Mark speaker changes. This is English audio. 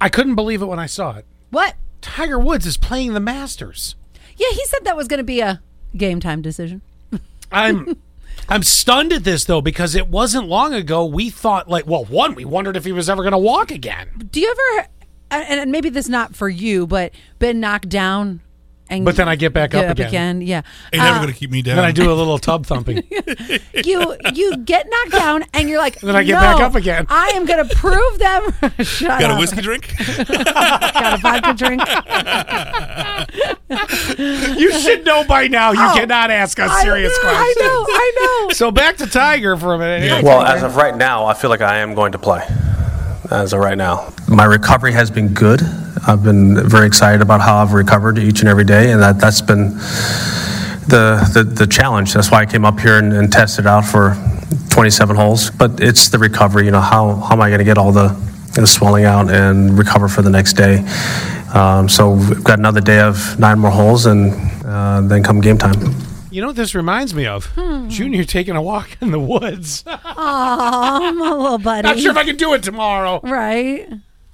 Speaker 1: I couldn't believe it when I saw it.
Speaker 2: What?
Speaker 1: Tiger Woods is playing the Masters.
Speaker 2: Yeah, he said that was going to be a game time decision.
Speaker 1: I'm I'm stunned at this though because it wasn't long ago we thought like well one we wondered if he was ever going to walk again.
Speaker 2: Do you ever? uh, And, and maybe this is not for you, but been knocked down. And
Speaker 1: But then I get back up
Speaker 2: get
Speaker 1: again.
Speaker 2: Yeah, Uh,
Speaker 3: Ain't never gonna keep me down.
Speaker 1: Uh, Then I do a little tub thumping.
Speaker 2: you you get knocked down and you're like,
Speaker 1: Then I get
Speaker 2: "No,
Speaker 1: back up again."
Speaker 2: I am going to prove them. Shut
Speaker 3: Got a
Speaker 2: up.
Speaker 3: whiskey drink?
Speaker 2: Got a vodka drink.
Speaker 1: you should know by now. You
Speaker 2: Oh,
Speaker 1: cannot ask us serious
Speaker 2: I,
Speaker 1: questions.
Speaker 2: I know. I know.
Speaker 1: So back to Tiger for a minute.
Speaker 3: Yeah.
Speaker 4: Well, as of right now, I feel like I am going to play. As of right now, my recovery has been good. I've been very excited about how I've recovered each and every day, and that that's been the the, the challenge. That's why I came up here and, and tested out for 27 holes. But it's the recovery. You know, how how am I going to get all the the swelling out and recover for the next day? Um, so we've got another day of nine more holes, and uh, then come game time.
Speaker 1: You know what this reminds me of?
Speaker 2: Hmm.
Speaker 1: Junior taking a walk in the woods.
Speaker 2: Aw, my little buddy.
Speaker 1: Not sure if I can do it tomorrow.
Speaker 2: right?